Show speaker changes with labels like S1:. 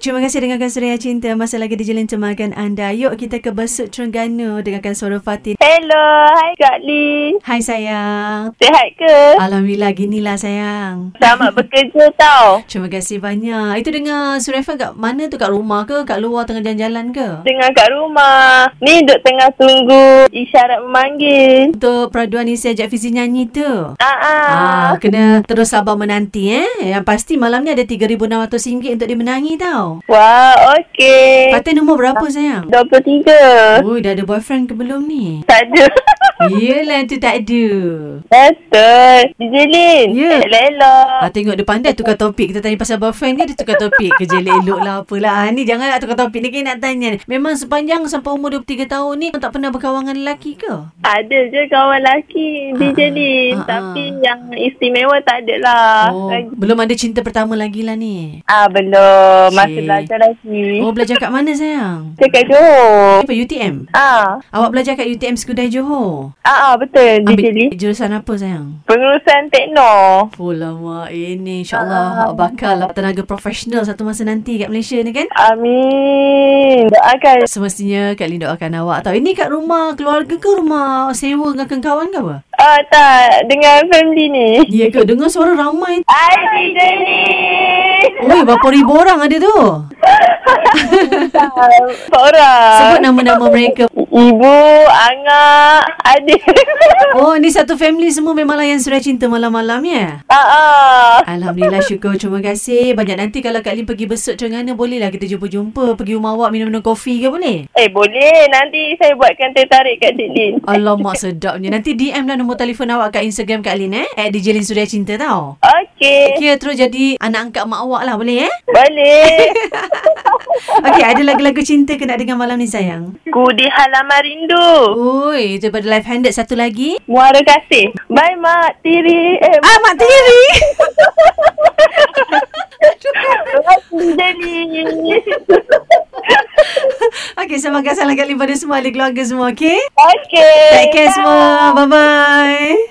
S1: Terima kasih dengarkan Surya Cinta. Masih lagi di Jelin Temakan anda. Yuk kita ke Besut Terengganu dengarkan suara Fatin.
S2: Hello, hai Kak Lee.
S1: Hai sayang.
S2: Sihat ke?
S1: Alhamdulillah ginilah sayang.
S2: Selamat bekerja tau.
S1: Terima kasih banyak. Itu dengar Surefa kat mana tu? Kat rumah ke? Kat luar tengah jalan-jalan ke?
S2: Dengar kat rumah. Ni duk tengah tunggu isyarat memanggil.
S1: Untuk peraduan isi ajak Fizi nyanyi tu.
S2: Ah, ah.
S1: Ah, kena terus sabar menanti eh. Yang pasti malam ni ada RM3,600 untuk dimenangi tau.
S2: Wah, okey.
S1: Fatin umur berapa sayang?
S2: 23.
S1: Ui, dah ada boyfriend ke belum ni?
S2: Tak ada.
S1: Yelah tu tak ada.
S2: Betul. DJ Lin.
S1: Ya.
S2: Elok-elok.
S1: Ah, tengok dia pandai tukar topik. Kita tanya pasal boyfriend ke dia tukar topik. Kerja elok lah apalah. Ah, ni jangan nak tukar topik. Ni kita nak tanya. ni. Memang sepanjang sampai umur 23 tahun ni kau tak pernah berkawan dengan lelaki ke?
S2: Ada je kawan lelaki DJ
S1: Ah, ah,
S2: Lin.
S1: ah,
S2: Tapi
S1: ah.
S2: yang istimewa tak ada lah.
S1: Oh, belum ada cinta pertama lagi lah ni.
S2: Ah, belum. Masih
S1: Cik.
S2: belajar lagi.
S1: Oh, belajar kat mana sayang?
S2: Cakap Johor.
S1: Apa UTM?
S2: Ah,
S1: Awak belajar kat UTM Skudai Johor.
S2: ah, ah betul DJ Lin.
S1: Ambil jurusan apa sayang?
S2: Pengurusan tekno.
S1: Oh lama ini insyaAllah awak bakarlah tenaga profesional satu masa nanti kat Malaysia ni kan?
S2: Amin. Doakan.
S1: Semestinya Kak Lin doakan awak tau. Ini kat rumah keluarga ke rumah sewa dengan kawan ke apa?
S2: Ah, tak. Dengan family ni.
S1: Ya ke? Dengar suara ramai.
S2: Hai, DJ Lin.
S1: Oi, berapa ribu orang ada tu?
S2: Ah, Empat orang.
S1: Sebut nama-nama mereka.
S2: Ibu, Angah, adik.
S1: Oh, ni satu family semua memang layan surat cinta malam-malam ya?
S2: ah, ah.
S1: Alhamdulillah syukur Terima kasih Banyak nanti kalau Kak Lim pergi besut Terengganu Bolehlah kita jumpa-jumpa Pergi rumah awak minum-minum kopi ke boleh?
S2: Eh, boleh. Nanti saya buatkan teh tarik kat Cik Lin.
S1: Alamak sedapnya Nanti DM lah nombor telefon awak kat Instagram Kak Lin eh At DJ Lin Surya Cinta tau
S2: Okey.
S1: Kira terus jadi anak angkat mak awak lah boleh eh
S2: Boleh.
S1: Okay ada lagu-lagu cinta ke nak dengar malam ni sayang
S2: Ku di halaman rindu.
S1: Oi itu pada live handed satu lagi
S2: Muara kasih. Bye, Mak. Tiri. Eh,
S1: Ah Mak Tiri
S2: Jenny.
S1: Okay sama
S2: Eh,
S1: kasih salam Kak Lin pada semua ahli keluarga semua okay
S2: okay.
S1: Take care semua Bye bye